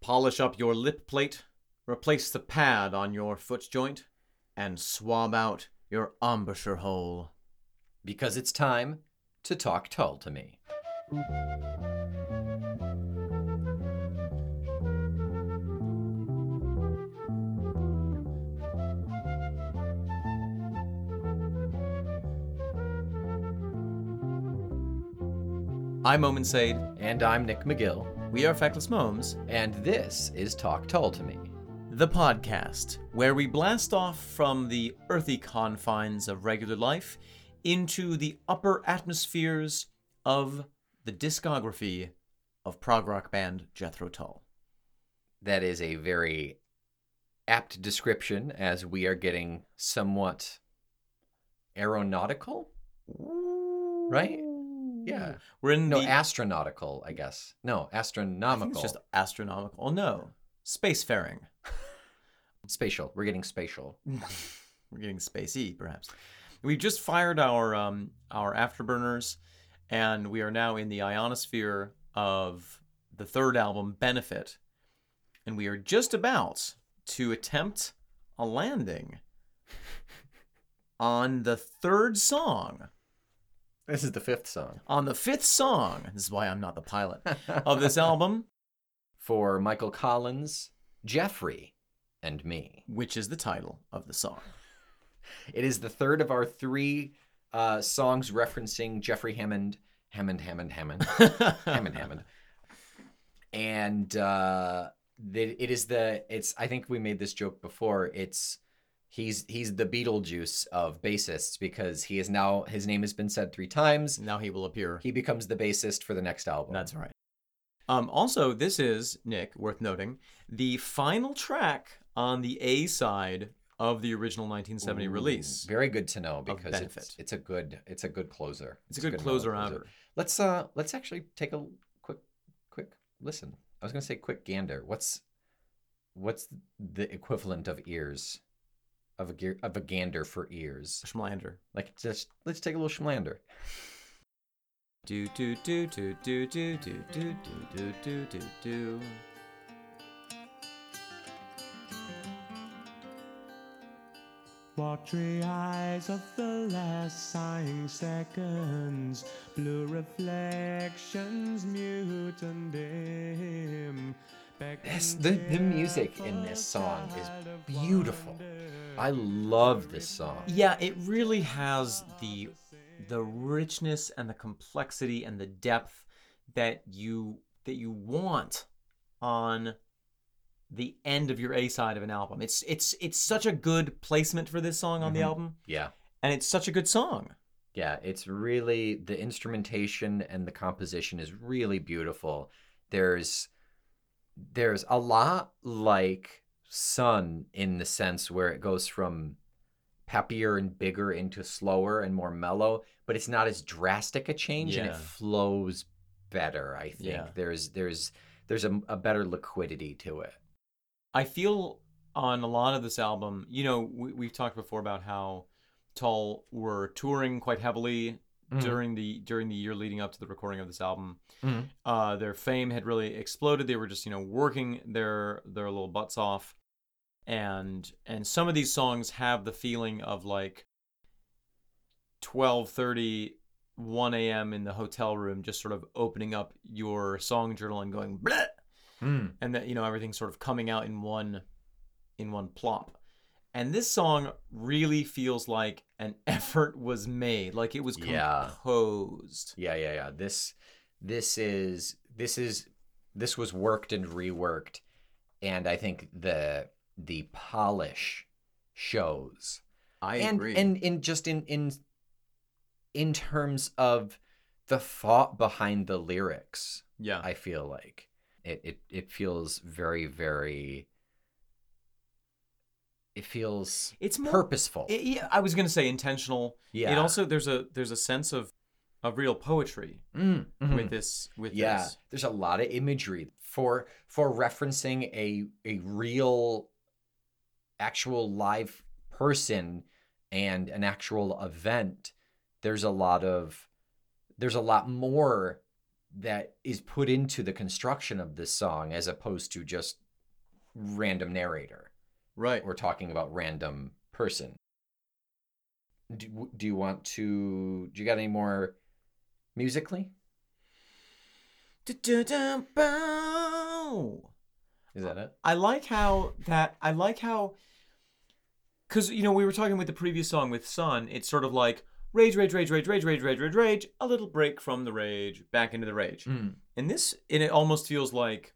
Polish up your lip plate, replace the pad on your foot joint, and swab out your embouchure hole. because it's time to talk tall to me. I'm Omen Sade. And I'm Nick McGill, We are Feckless Momes, and this is Talk Tall to Me. the podcast where we blast off from the earthy confines of regular life into the upper atmospheres of the discography of prog rock band Jethro Tull. That is a very apt description as we are getting somewhat aeronautical? Right? Yeah. We're in No, the astronautical, I guess. No, I think astronomical. it's just astronomical. No, spacefaring. spatial. We're getting spatial. We're getting spacey, perhaps. We've just fired our um, our afterburners, and we are now in the ionosphere of the third album, Benefit, and we are just about to attempt a landing on the third song, This is the fifth song. on the fifth song. This is why I'm not the pilot of this album, For Michael Collins, Jeffrey, and me. which is the title of the song. It is the third of our three uh, songs referencing Jeffrey Hammond, Hammond, Hammond, Hammond, Hammond, Hammond, and uh, the, it is the it's. I think we made this joke before. It's he's he's the Beetlejuice of bassists because he is now his name has been said three times. now he will appear. He becomes the bassist for the next album. That's right. Um, also, this is, Nick, worth noting, the final track on the A side of the original 1970 Ooh, release. Very good to know because Benefit. it's, it's a good it's a good closer. It's a good mellow closer outer. Let's uh let's actually take a quick quick listen. I was gonna say quick gander. What's what's the equivalent of ears? Of a gear of a gander for ears. Schmlander. Like just let's take a little schmlander. Do, do, do, do, do, do, do, do, do, do, do, do. Watery eyes of the last sighing seconds, blue reflections, mute and dim. This the, the music in this song is beautiful. I love this song. Yeah, it really has the the richness and the complexity and the depth that you that you want on the end of your A side of an album. It's it's it's such a good placement for this song on the Mhm. album. Yeah. and it's such a good song. Yeah, it's really the instrumentation and the composition is really beautiful. There's there's a lot like Sun in the sense where it goes from peppier and bigger into slower and more mellow, but it's not as drastic a change and it Yeah. flows better, I think. Yeah. There's there's there's a, a better liquidity to it. I feel on a lot of this album, you know, we, we've talked before about how Tull were touring quite heavily during the during the year leading up to the recording of this album. Mhm. Uh, their fame had really exploded. They were just you know working their their little butts off, and and some of these songs have the feeling of like 12:30, 1 a.m. in the hotel room, just sort of opening up your song journal and going bleh. Mm. and that you know everything's sort of coming out in one in one plop and this song really feels like an effort was made like it was Yeah. composed Yeah, yeah, yeah. This this is this is this was worked and reworked and I think the the polish shows. i and and in just in in in terms of the thought behind the lyrics, yeah I feel like it it it feels very very it feels it's more purposeful. it- yeah, i was gonna say intentional yeah. it also there's a there's a sense of of real poetry Mm, mhm. with this with yeah this there's a lot of imagery for for referencing a a real actual live person and an actual event there's a lot of there's a lot more that is put into the construction of this song as opposed to just random narrator. Right. We're talking about random person. Do, do you want to? Do you got any more musically? Du-du-dum-bow. Is that it? I like how that I like how because you know we were talking with the previous song with Sun. It's sort of like rage, rage, rage, rage, rage, rage, rage, rage, rage. A little break from the rage, back into the rage. Mm. And this, and it almost feels like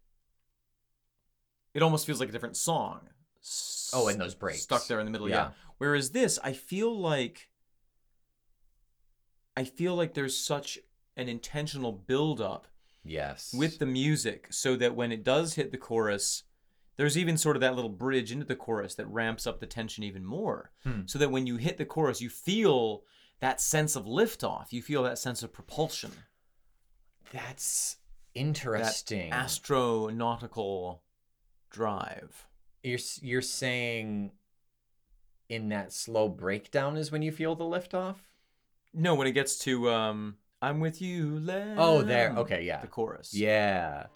it almost feels like a different song. S- Oh, and those breaks. stuck there in the middle. Yeah. Yeah. Whereas this, I feel like I feel like there's such an intentional build up Yes. with the music so that when it does hit the chorus there's even sort of that little bridge into the chorus that ramps up the tension even more Hmm. so that when you hit the chorus you feel that sense of liftoff you feel that sense of propulsion that's that interesting. astronautical drive you're s- you're saying in that slow breakdown is when you feel the liftoff. no when it gets to um i'm with you Len. Oh, there. Okay, yeah. the chorus Yeah.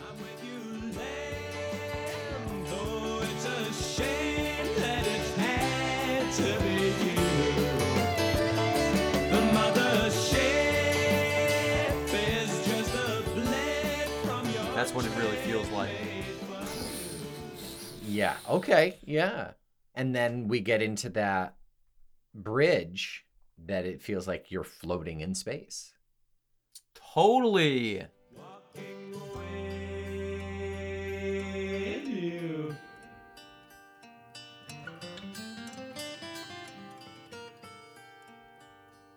I'm with you, lamb. Though it's a shame that it had to be you. The mother ship is just a blade from your. That's what it really feels like. Yeah. Okay. Yeah. And then we get into that bridge that it feels like you're floating in space. totally Walking away with you.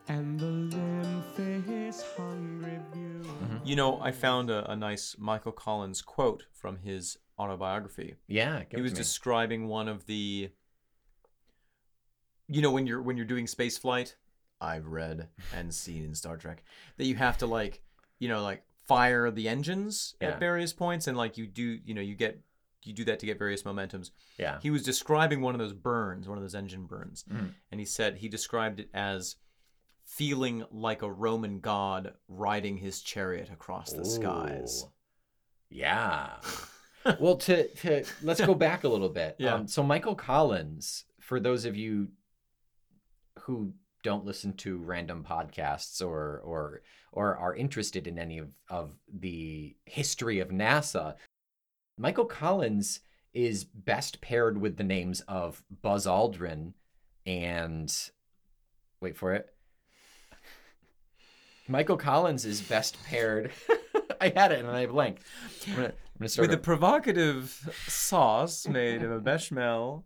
And the lymph is hungry view. you know i found a, a nice michael collins quote from his autobiography Yeah. give he it was to me. describing one of the you know when you're when you're doing space flight i've read and seen in star trek that you have to like you know like fire the engines Yeah. at various points and like you do you know you get you do that to get various momentums Yeah. he was describing one of those burns one of those engine burns Mm. and he said he described it as feeling like a roman god riding his chariot across the skies Ooh. Yeah. well, to, to let's go back a little bit. Yeah. Um, so Michael Collins, for those of you who don't listen to random podcasts or or or are interested in any of, of the history of NASA, Michael Collins is best paired with the names of Buzz Aldrin and wait for it. Michael Collins is best paired. I had it and I blanked. I'm gonna, I'm gonna start with a over. provocative sauce made of a bechamel.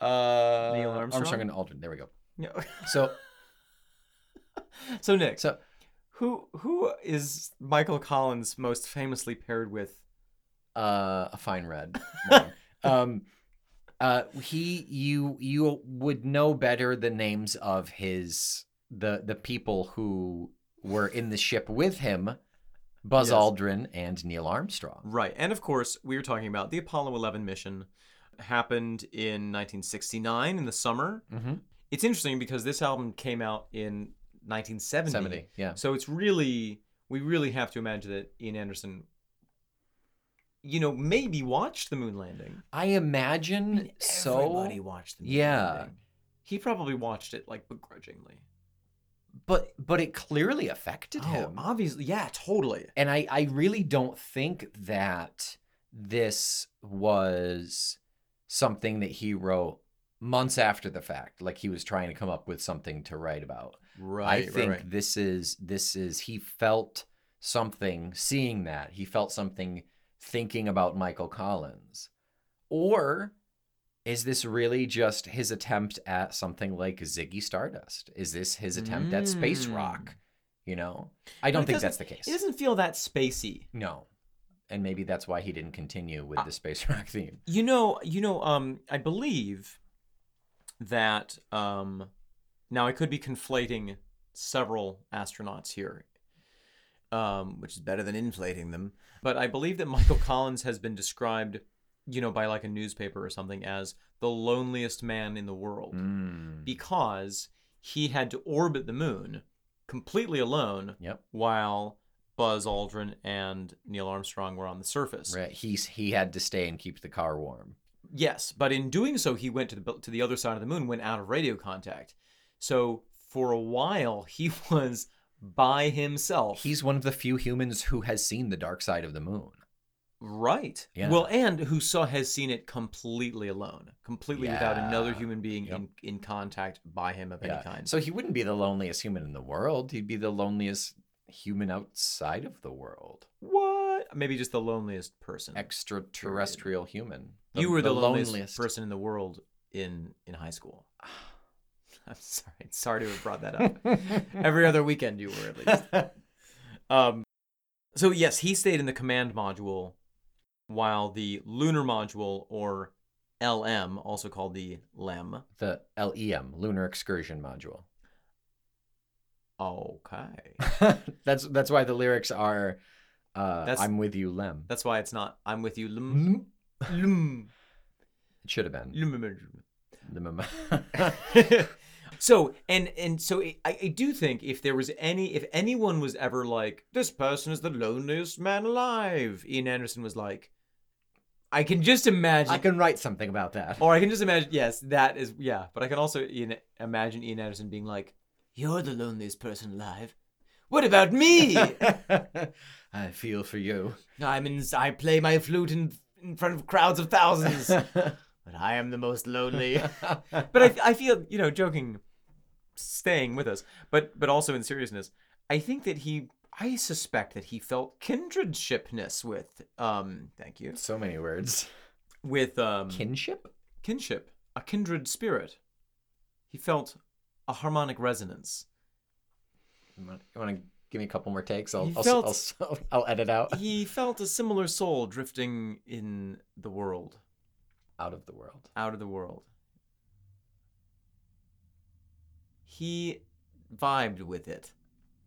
Uh, Neil Armstrong? and Aldrin. There we go. No. So, So Nick, so who who is Michael Collins most famously paired with? uh, a fine red. wine. um, uh, he, you, you would know better the names of his the the people who were in the ship with him, Buzz Yes. Aldrin and Neil Armstrong. Right, and of course we are talking about the Apollo 11 mission, happened in 1969 in the summer. Mm-hmm. It's interesting because this album came out in 1970. Seventy. Yeah. So it's really we really have to imagine that Ian Anderson, you know, maybe watched the moon landing. I imagine so. everybody watched the moon yeah. landing. He probably watched it like begrudgingly. but but it clearly affected him. obviously. Yeah, totally. and I, I really don't think that this was something that he wrote months after the fact like he was trying to come up with something to write about Right. i think this is this is he felt something seeing that he felt something thinking about michael collins or is this really just his attempt at something like ziggy stardust is this his attempt at space Mm. rock you know i don't it think doesn't- that's the case It doesn't feel that spacey. no. And maybe that's why he didn't continue with the space rock theme. You know, you know, um, I believe that um now I could be conflating several astronauts here. Um, which is better than inflating them. But I believe that Michael Collins has been described, you know, by like a newspaper or something as the Mm. loneliest man in the world. because he had to orbit the moon completely alone Yep. while Buzz Aldrin and Neil Armstrong were on the surface. Right. He's he had to stay and keep the car warm. Yes, but in doing so, he went to the to the other side of the moon, went out of radio contact. So for a while, he was by himself. He's one of the few humans who has seen the dark side of the moon. right. Yeah. Well, and who saw has seen it completely alone, completely without another Yeah. human being Yep. in, in contact by him of Yeah. any kind. So he wouldn't be the loneliest human in the world. He'd be the loneliest human outside of the world. what? Maybe just the loneliest person. Extraterrestrial human. Hmm. you were the, loneliest, person in the world in in high school. I'm sorry. Sorry to have brought that up. Every other weekend you were at least. Um, so yes, he stayed in the command module, while the lunar module, or LM, also called the LEM. the LEM, Lunar Excursion Module. Okay, that's that's why the lyrics are uh, That's- I'm with you, Lem. that's why it's not. I'm with you. LEM. Mm. LEM. It should have been. LEM. Lem. so and and so I, I do think if there was any if anyone was ever like this person is the loneliest man alive, Ian Anderson was like, I can just imagine. I can write something about that. Or I can just imagine, yes, that is, yeah. But I can also Ian, imagine Ian Anderson being like, You're the loneliest person alive. What about me? I feel for you. I'm in, I play my flute in, in front of crowds of thousands, but I am the most lonely. but I, I feel, you know, joking, staying with us, but but also in seriousness, I think that he, I suspect that he felt kindredshipness with, um, thank you, so many words. with um, Kinship? kinship, a kindred spirit. He felt a harmonic resonance. You want to give me a couple more takes? I'll You I'll, felt- I'll, I'll edit out. He felt a similar soul drifting in the world, Out of the world. out of the world. He vibed with it.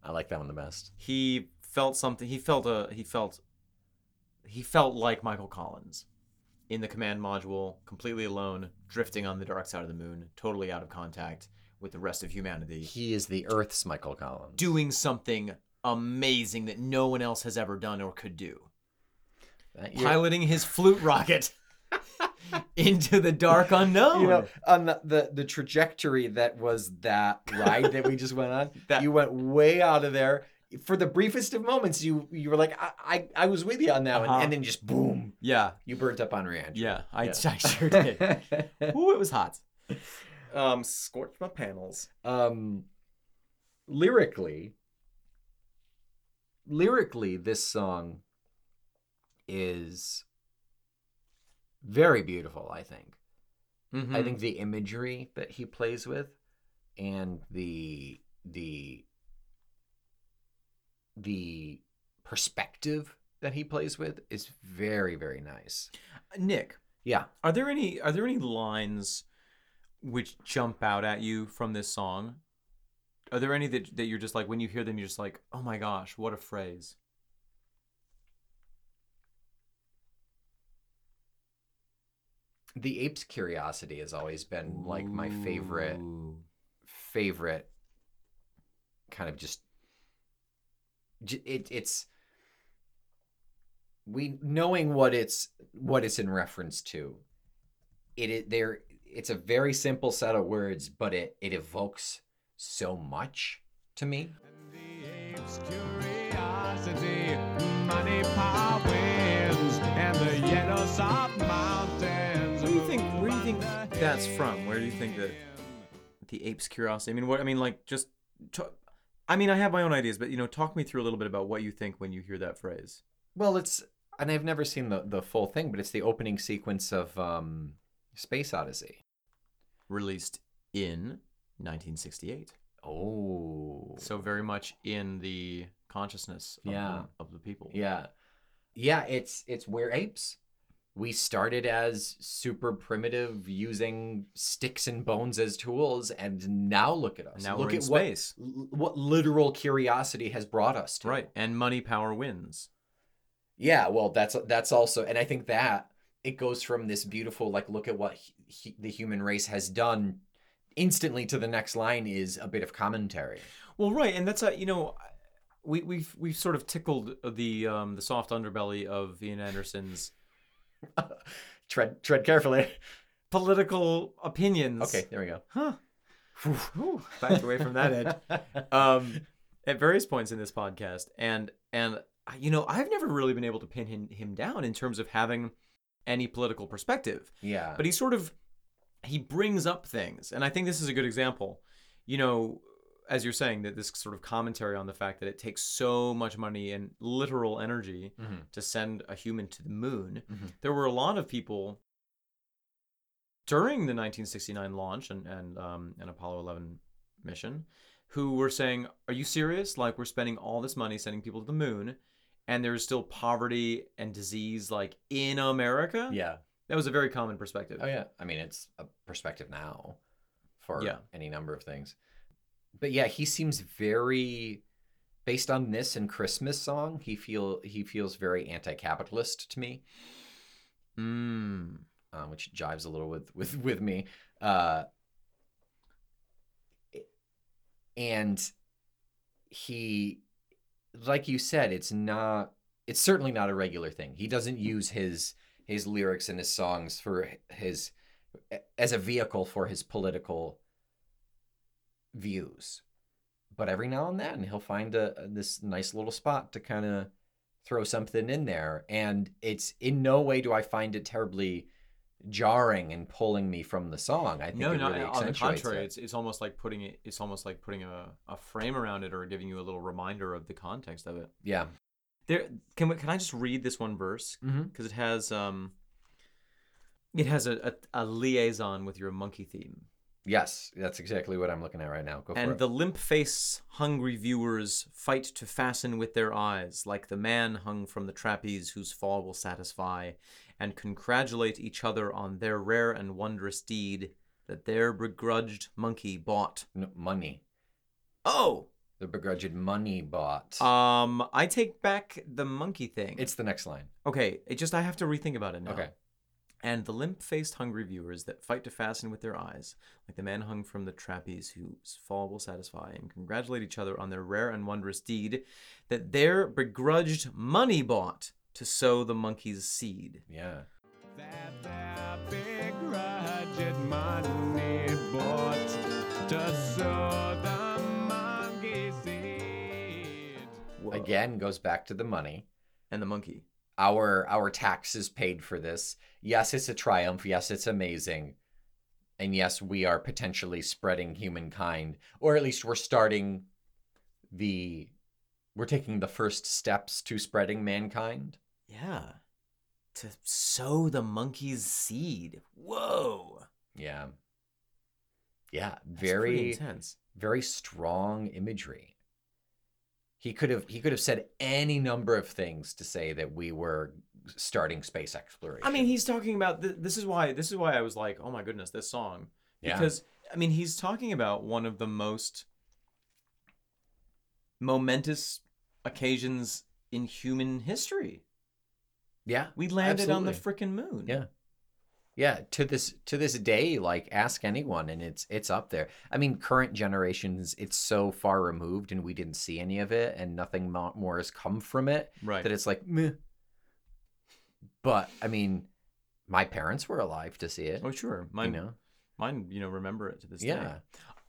I like that one the best. He felt something. He felt a. He felt. He felt like Michael Collins, in the command module, completely alone, drifting on the dark side of the moon, totally out of contact with the rest of humanity. He is the Earth's Michael Collins. doing something amazing that no one else has ever done or could do. That year- Piloting his flute rocket into the dark unknown. you know, on the, the the trajectory that was that ride that we just went on, That- you went way out of there. For the briefest of moments, you you were like, I I, I was with you on that Uh-huh. one, and then just boom, yeah, you burnt up on Reentry. yeah, I, Yeah. I sure did. Ooh, it was hot. Um, scorched my panels. um, lyrically, lyrically, this song is very beautiful. I think. Mm-hmm. Hmm. I think the imagery that he plays with and the the the perspective that he plays with is very very nice. Nick, Yeah. are there any are there any lines which jump out at you from this song? Are there any that, that you're just like when you hear them you're just like, oh my gosh, what a phrase? The Ape's Curiosity has always been like my favorite Ooh. favorite kind of just j- it it's we knowing what it's what it's in reference to it, it there it's a very simple set of words but it it evokes so much to me The apes' curiosity, money, power, winds, and the yellow soft mountains. Where do you think? Where do you think that's from? Where do you think that the ape's curiosity? I mean, what? I mean, like, just. ta- I mean, I have my own ideas, but you know, talk me through a little bit about what you think when you hear that phrase. well it's and i've never seen the the full thing but it's the opening sequence of um space odyssey Released in 1968, oh so very much in the consciousness of, Yeah. the, of the people. Yeah. Yeah, it's it's we're apes. We started as super primitive using sticks and bones as tools and now look at us. And now look we're in at space, what l- what literal curiosity has brought us to. right? And money, power wins. Yeah, well that's that's also and I think that it goes from this beautiful like look at what he, he, the human race has done instantly to the next line is a bit of commentary. Well, right, and that's a you know, we we've we've sort of tickled the um the soft underbelly of Ian Anderson's Tread tread carefully. political opinions. Okay, there we go. Huh. Whew, backed away from that edge um, at various points in this podcast, and and I- you know I've never really been able to pin him, him down in terms of having any political perspective. yeah. but he sort of he brings up things and i think this is a good example you know as you're saying that this sort of commentary on the fact that it takes so much money and literal energy Mhm. to send a human to the moon Mhm. there were a lot of people during the 1969 launch and and, um, and apollo 11 mission who were saying are you serious like we're spending all this money sending people to the moon and there's still poverty and disease like in america Yeah. that was a very common perspective Oh yeah. I mean, it's a perspective now for Yeah. any number of things. But yeah, he seems very based on this and Christmas song, he feel he feels very anti-capitalist to me, Mm. um, which jives a little with with with me. Uh and he like you said, it's not it's certainly not a regular thing. He doesn't Mm-hmm. use his his lyrics and his songs for his as a vehicle for his political views. But every now and then he'll find a this nice little spot to kind of throw something in there and it's in no way do I find it terribly jarring and pulling me from the song. I think No, it no. really on the accentuates contrary, it. it's it's almost like putting it. It's almost like putting a, a frame around it or giving you a little reminder of the context of it. yeah. Mm-hmm. There can we, can I just read this one verse because it has um. It has a, a, a liaison with your monkey theme. Yes, that's exactly what I'm looking at right now. Go for and it. the limp faced, hungry viewers fight to fasten with their eyes, like the man hung from the trapeze whose fall will satisfy, and congratulate each other on their rare and wondrous deed that their begrudged monkey bought. N- money. Oh! The begrudged money bought. Um, I take back the monkey thing. it's the next line. okay. It just I have to rethink about it now. Okay. And the limp faced, hungry viewers that fight to fasten with their eyes, like the man hung from the trapeze whose fall will satisfy, and congratulate each other on their rare and wondrous deed that their begrudged money bought to sow the monkey's seed. Yeah. That their begrudged money bought to sow the monkey seed. Whoa. Again goes back to the money. And the monkey. our our taxes paid for this. Yes, it's a triumph. Yes, it's amazing. And yes, we are potentially spreading humankind, or at least we're starting the we're taking the first steps to spreading mankind. Yeah. To sow the monkey's seed. Whoa. Yeah. Yeah, That's pretty very intense. very strong imagery. He could have he could have said any number of things to say that we were starting space exploration. I mean, he's talking about th- this is why this is why I was like, oh my goodness, this song Yeah. because I mean, he's talking about one of the most momentous occasions in human history. yeah. We landed on the Absolutely. frickin' moon. Yeah. Yeah, to this to this day, like ask anyone, and it's it's up there. I mean, current generations, it's so far removed, and we didn't see any of it, and nothing mo- more has come from it right. that it's like meh. But I mean, my parents were alive to see it. oh sure, you mine, know, mine, you know, remember it to this day. yeah,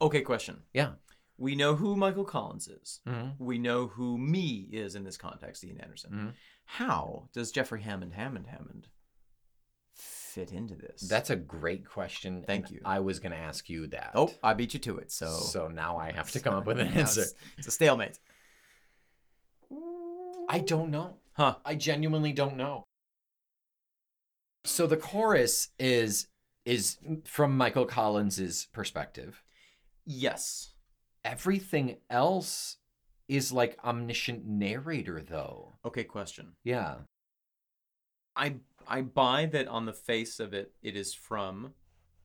Okay, question. yeah, We know who Michael Collins is. Mhm. We know who me is in this context, Ian Anderson. Mhm. How does Jeffrey Hammond Hammond Hammond fit into this? that's a great question. and Thank you. I was gonna ask you that. oh, I beat you to it. So so now I have to come up with an Now it's- answer. It's a stalemate. I don't know. Huh. I genuinely don't know. So the chorus is is from Michael Collins's perspective. Yes. Everything else is like omniscient narrator though. Okay, question. Yeah. I I buy that on the face of it, it is from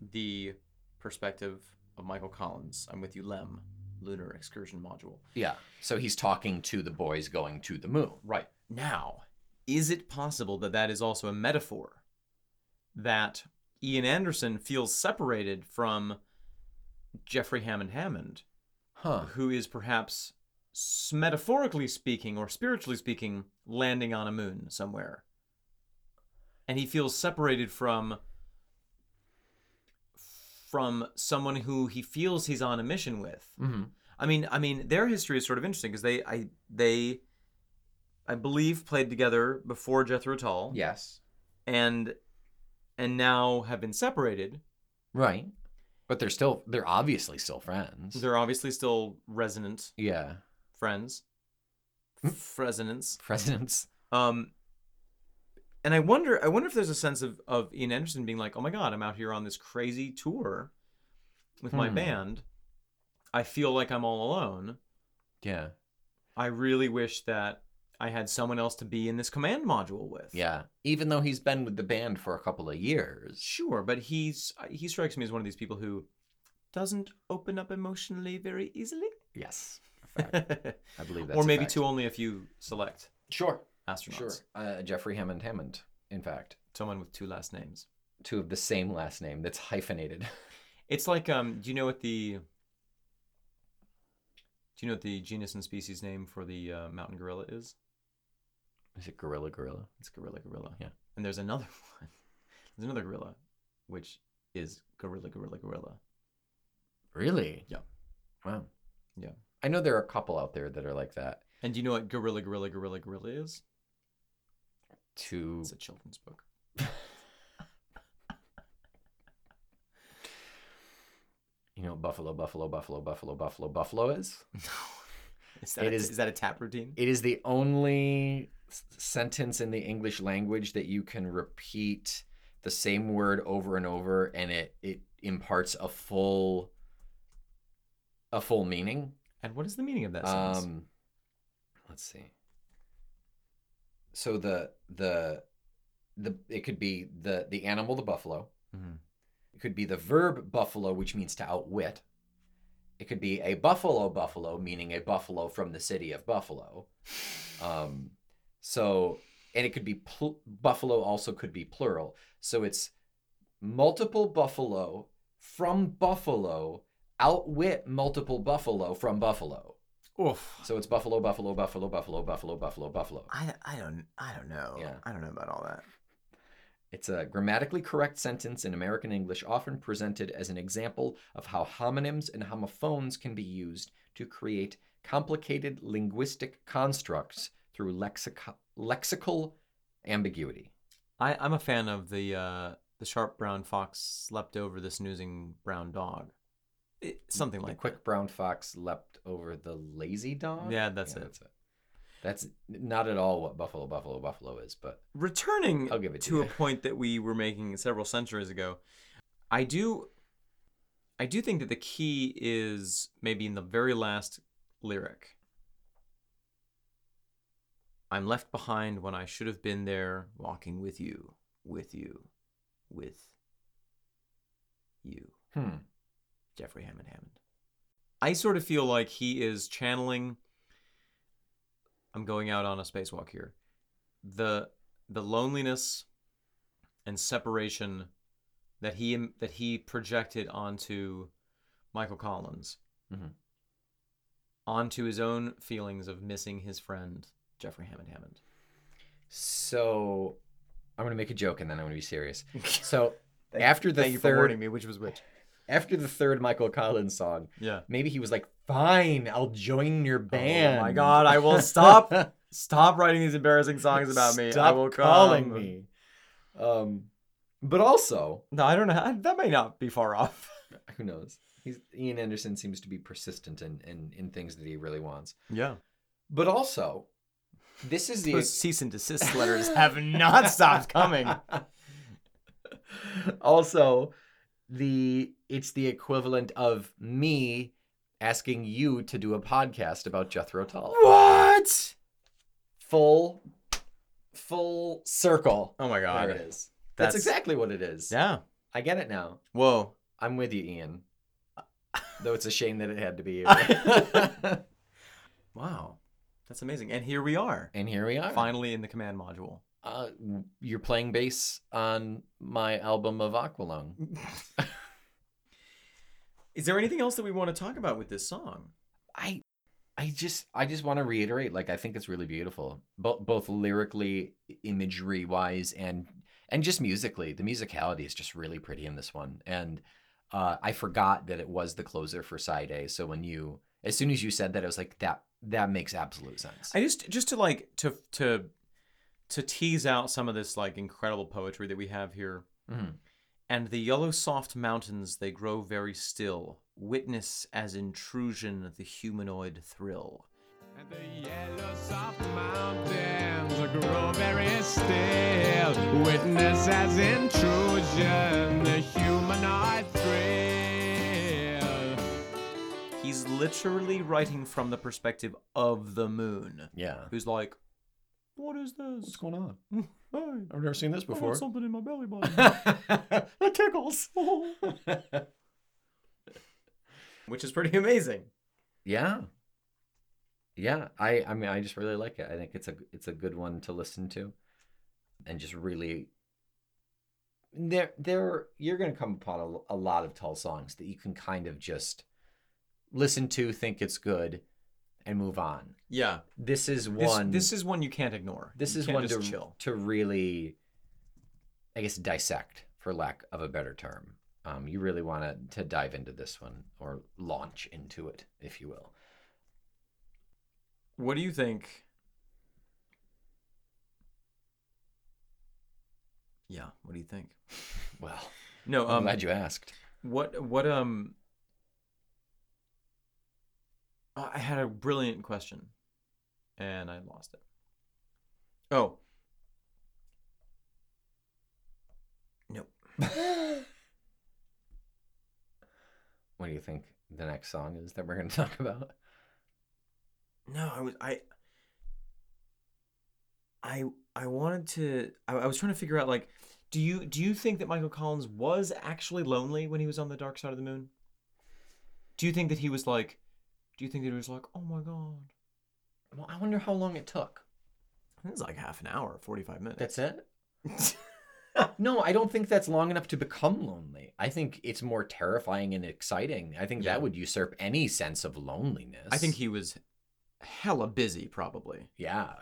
the perspective of Michael Collins. I'm with you, Lem, Lunar Excursion Module. Yeah. So he's talking to the boys going to the moon. Right. Now, is it possible that that is also a metaphor? That Ian Anderson feels separated from Jeffrey Hammond Hammond, Huh. who is perhaps s- metaphorically speaking or spiritually speaking landing on a moon somewhere. And he feels separated from from someone who he feels he's on a mission with. Mm-hmm. I mean, I mean, their history is sort of interesting because they, I, they, I believe, played together before Jethro Tull, Yes. and and now have been separated. Right. But they're still they're obviously still friends. They're obviously still resonant yeah. friends, resonance. Presidents. Um, and I wonder, I wonder if there's a sense of of Ian Anderson being like, oh my god, I'm out here on this crazy tour with my Hmm. band. I feel like I'm all alone. Yeah. I really wish that I had someone else to be in this command module with. Yeah. Even though he's been with the band for a couple of years. Sure, but he's he strikes me as one of these people who doesn't open up emotionally very easily. Yes. a fact. or I believe that's a maybe fact. to only if you select Sure. astronauts. Sure. Uh, Jeffrey Hammond Hammond, in fact. Someone with two last names. Two of the same last name that's hyphenated. It's like um do you know what the do you know what the genus and species name for the uh, mountain gorilla is? Is it Gorilla Gorilla? It's gorilla gorilla. Yeah. And there's another one. There's another gorilla which is gorilla gorilla gorilla. Really? Yeah. Wow. Yeah. I know there are a couple out there that are like that. And do you know what gorilla gorilla gorilla gorilla is? Two It's a children's book. you know, Buffalo, Buffalo, Buffalo, Buffalo, Buffalo, Buffalo is. Is that It a- is- is that a tap routine? It is the only s- sentence in the English language that you can repeat the same word over and over, and it it imparts a full a full meaning. And what is the meaning of that sentence? Um, let's see. So the the the it could be the the animal the buffalo. Mhm. It could be the verb buffalo, which means to outwit. It could be a buffalo buffalo, meaning a buffalo from the city of Buffalo. Um, so, and it could be pl- buffalo also could be plural. So it's multiple buffalo from Buffalo outwit multiple buffalo from Buffalo. Oof. So it's buffalo, buffalo, buffalo, buffalo, buffalo, buffalo, buffalo. I, I don't I don't know. Yeah. I don't know about all that. It's a grammatically correct sentence in American English, often presented as an example of how homonyms and homophones can be used to create complicated linguistic constructs through lexico- lexical ambiguity. I, I'm a fan of the uh, the sharp brown fox slept over the snoozing brown dog. It, something the like quick brown fox leapt over the lazy dog. Yeah, that's it. That's That's not at all what buffalo, buffalo, buffalo is, but that. Returning I'll give it to to a you. point that we were making several centuries ago, I do I do think that the key is maybe in the very last lyric. I'm left behind when I should have been there walking with you, with you, with you. hmm. Jeffrey Hammond Hammond. I sort of feel like he is channeling. I'm going out on a spacewalk here. The the loneliness and separation that he that he projected onto Michael Collins, Mhm. onto his own feelings of missing his friend Jeffrey Hammond Hammond. So I'm gonna make a joke and then I'm gonna be serious. So after the Thank you for warning third me, which was which. after the third Michael Collins song, Yeah. maybe he was like, "Fine, I'll join your band." Oh my God! I will stop. stop writing these embarrassing songs about me. I Stop will calling come. me. Um, but also, No, I don't know. I- That may not be far off. who knows? He's, Ian Anderson seems to be persistent in, in in things that he really wants. Yeah. But also, this is the Those cease and desist letters have not stopped coming. also the it's the equivalent of me asking you to do a podcast about Jethro Tull. What? Full full circle. Oh my there it is. That's- That's, exactly what it is. Yeah. I get it now. Whoa. I'm with you, Ian. Though it's a shame that it had to be you. Wow. That's amazing. And here we are, and here we are. finally in the command module. Uh, you're playing bass on my album of Aqualung. Is there anything else that we want to talk about with this song? I I just I just want to reiterate like I think it's really beautiful both both lyrically imagery wise and and just musically the musicality is just really pretty in this one and uh, I forgot that it was the closer for side A so when you as soon as you said that I was like that that makes absolute sense I just just to like to to to tease out some of this like incredible poetry that we have here. Mhm. And the yellow soft mountains they grow very still, witness as intrusion the humanoid thrill. And the yellow soft mountains grow very still. Witness as intrusion, the humanoid thrill. He's literally writing from the perspective of the moon, yeah who's like, "What is this? going on Hey, I've never seen this I got something in my belly button." it tickles Which is pretty amazing. yeah yeah i i mean i just really like it i think it's a it's a good one to listen to and just really there there you're going to come upon a, l- a lot of tall songs that you can kind of just listen to think it's good and move on Yeah, this is this, one this is one you can't ignore. this You is can't one just to chill. to really i guess dissect for lack of a better term um, you really want to to dive into this one or launch into it if you will What do you think? Yeah, what do you think? well No, i'm um, glad you asked what what um I I had a brilliant question and I lost it. Oh. Nope. what do you think the next song is that we're going to talk about No, I was I I I wanted to I, I was trying to figure out like do you do you think that Michael Collins was actually lonely when he was on the dark side of the moon? Do you think that he was like do you think that he was like, "Oh my god, well i wonder how long it took this is like half an hour, 45 minutes." that's it no i don't think that's long enough to become lonely i think it's more terrifying and exciting i think Yeah. that would usurp any sense of loneliness I think he was hella busy probably. Yeah.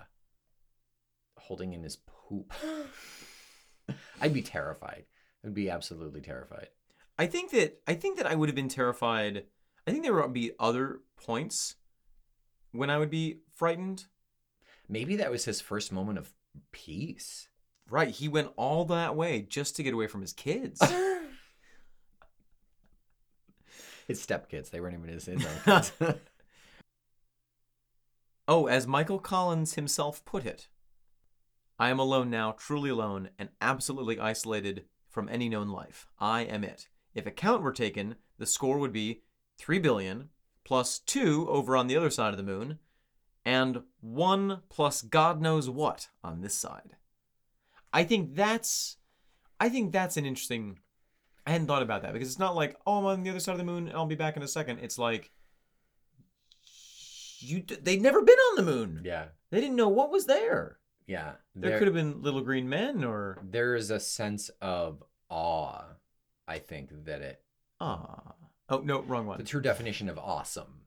Holding in his poop. I'd be terrified. I'd be absolutely terrified. I think that I think that I would have been terrified. I think there would be other points when I would be frightened. Maybe that was his first moment of peace. Right, he went all that way just to get away from his kids. His stepkids, they weren't even his, his own kids. oh, as Michael Collins himself put it, I am alone now, truly alone, and absolutely isolated from any known life. I am it. If account were taken, the score would be 3 billion plus 2 over on the other side of the moon, and 1 plus God knows what on this side. I think that's. I think that's an interesting. I hadn't thought about that because it's not like, oh, I'm on the other side of the moon and I'll be back in a second. It's like, you d- they'd never been on the moon. yeah. They didn't know what was there. Yeah. There, could have been little green men or there is a sense of awe, I think, that it ah. Oh no, wrong the one. true definition of awesome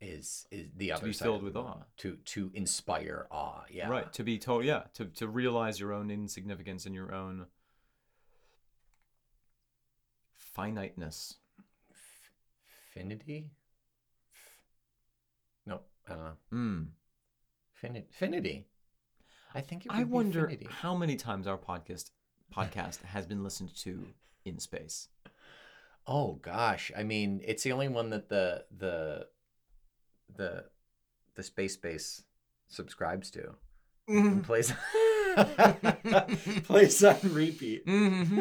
is is the other be side filled of the with moon. awe. To to inspire awe. Yeah. Right to be told, yeah, to to realize your own insignificance and your own finiteness. Finity? F- Nope, I don't know. Mm. Fini- finity. I think it would I be wonder finity. how many times our podcast podcast has been listened to in space. Oh gosh, I mean, it's the only one that the the the the space base subscribes to and plays plays on repeat. hmm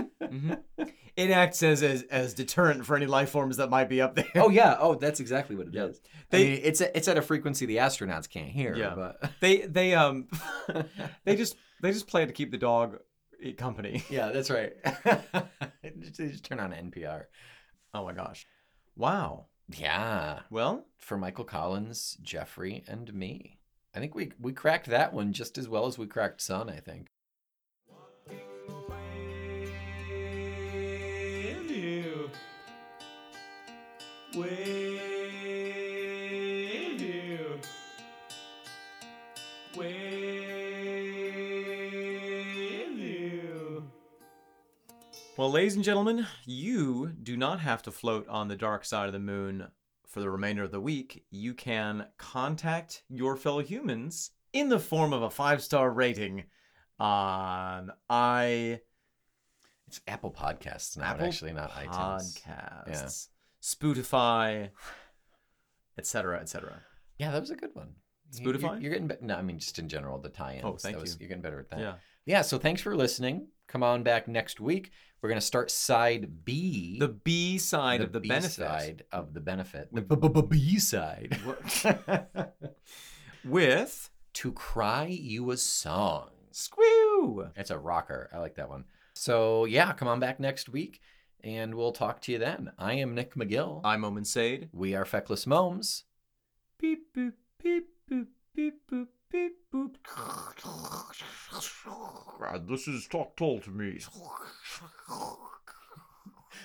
It acts as, as as deterrent for any life forms that might be up there. Oh yeah, oh that's exactly what it is. Yeah. I They- mean, it's a, it's at a frequency the astronauts can't hear. Yeah. but They they um they just they just play it to keep the dog eh, company. yeah, that's right. just, just turn on NPR. Oh my gosh. Wow. Yeah, Well, for Michael Collins, Jeffrey, and me. I think we we cracked that one just as well as we cracked Sun. I think. And you Well, ladies and gentlemen, you do not have to float on the dark side of the moon for the remainder of the week. You can contact your fellow humans in the form of a five star rating on i It's Apple Podcasts now, Apple actually, not iTunes. podcasts, Spotify, etc., etc. Yeah, that was a good one. You- you- Spotify? You're, getting better. No, I mean just in general the tie-ins. Oh, thank that was, you. You're getting better at that. Yeah, Yeah, So thanks for listening. Come on back next week. We're gonna start side B. the B side of the B benefit side of the benefit. The With- B side. with to cry you a song. Squew. It's a rocker. I like that one. So yeah, come on back next week, and we'll talk to you then. I am Nick McGill. I'm Omen Sade. we are Feckless Momes. Beep boop beep boop beep boop beep boop. And this is Talk Tall to Me.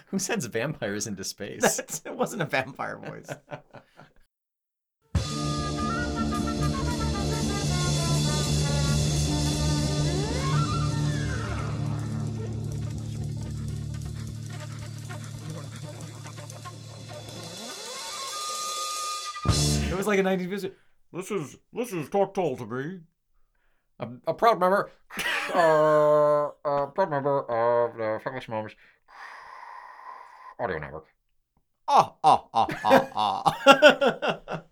Who sends vampires into space? That wasn't a vampire voice. it was like a 1950s. This is this is Talk Tall to Me. a, a proud member. uh, uh, proud member of the Feckless Moms Audio Network. Ah ah ah ah ah.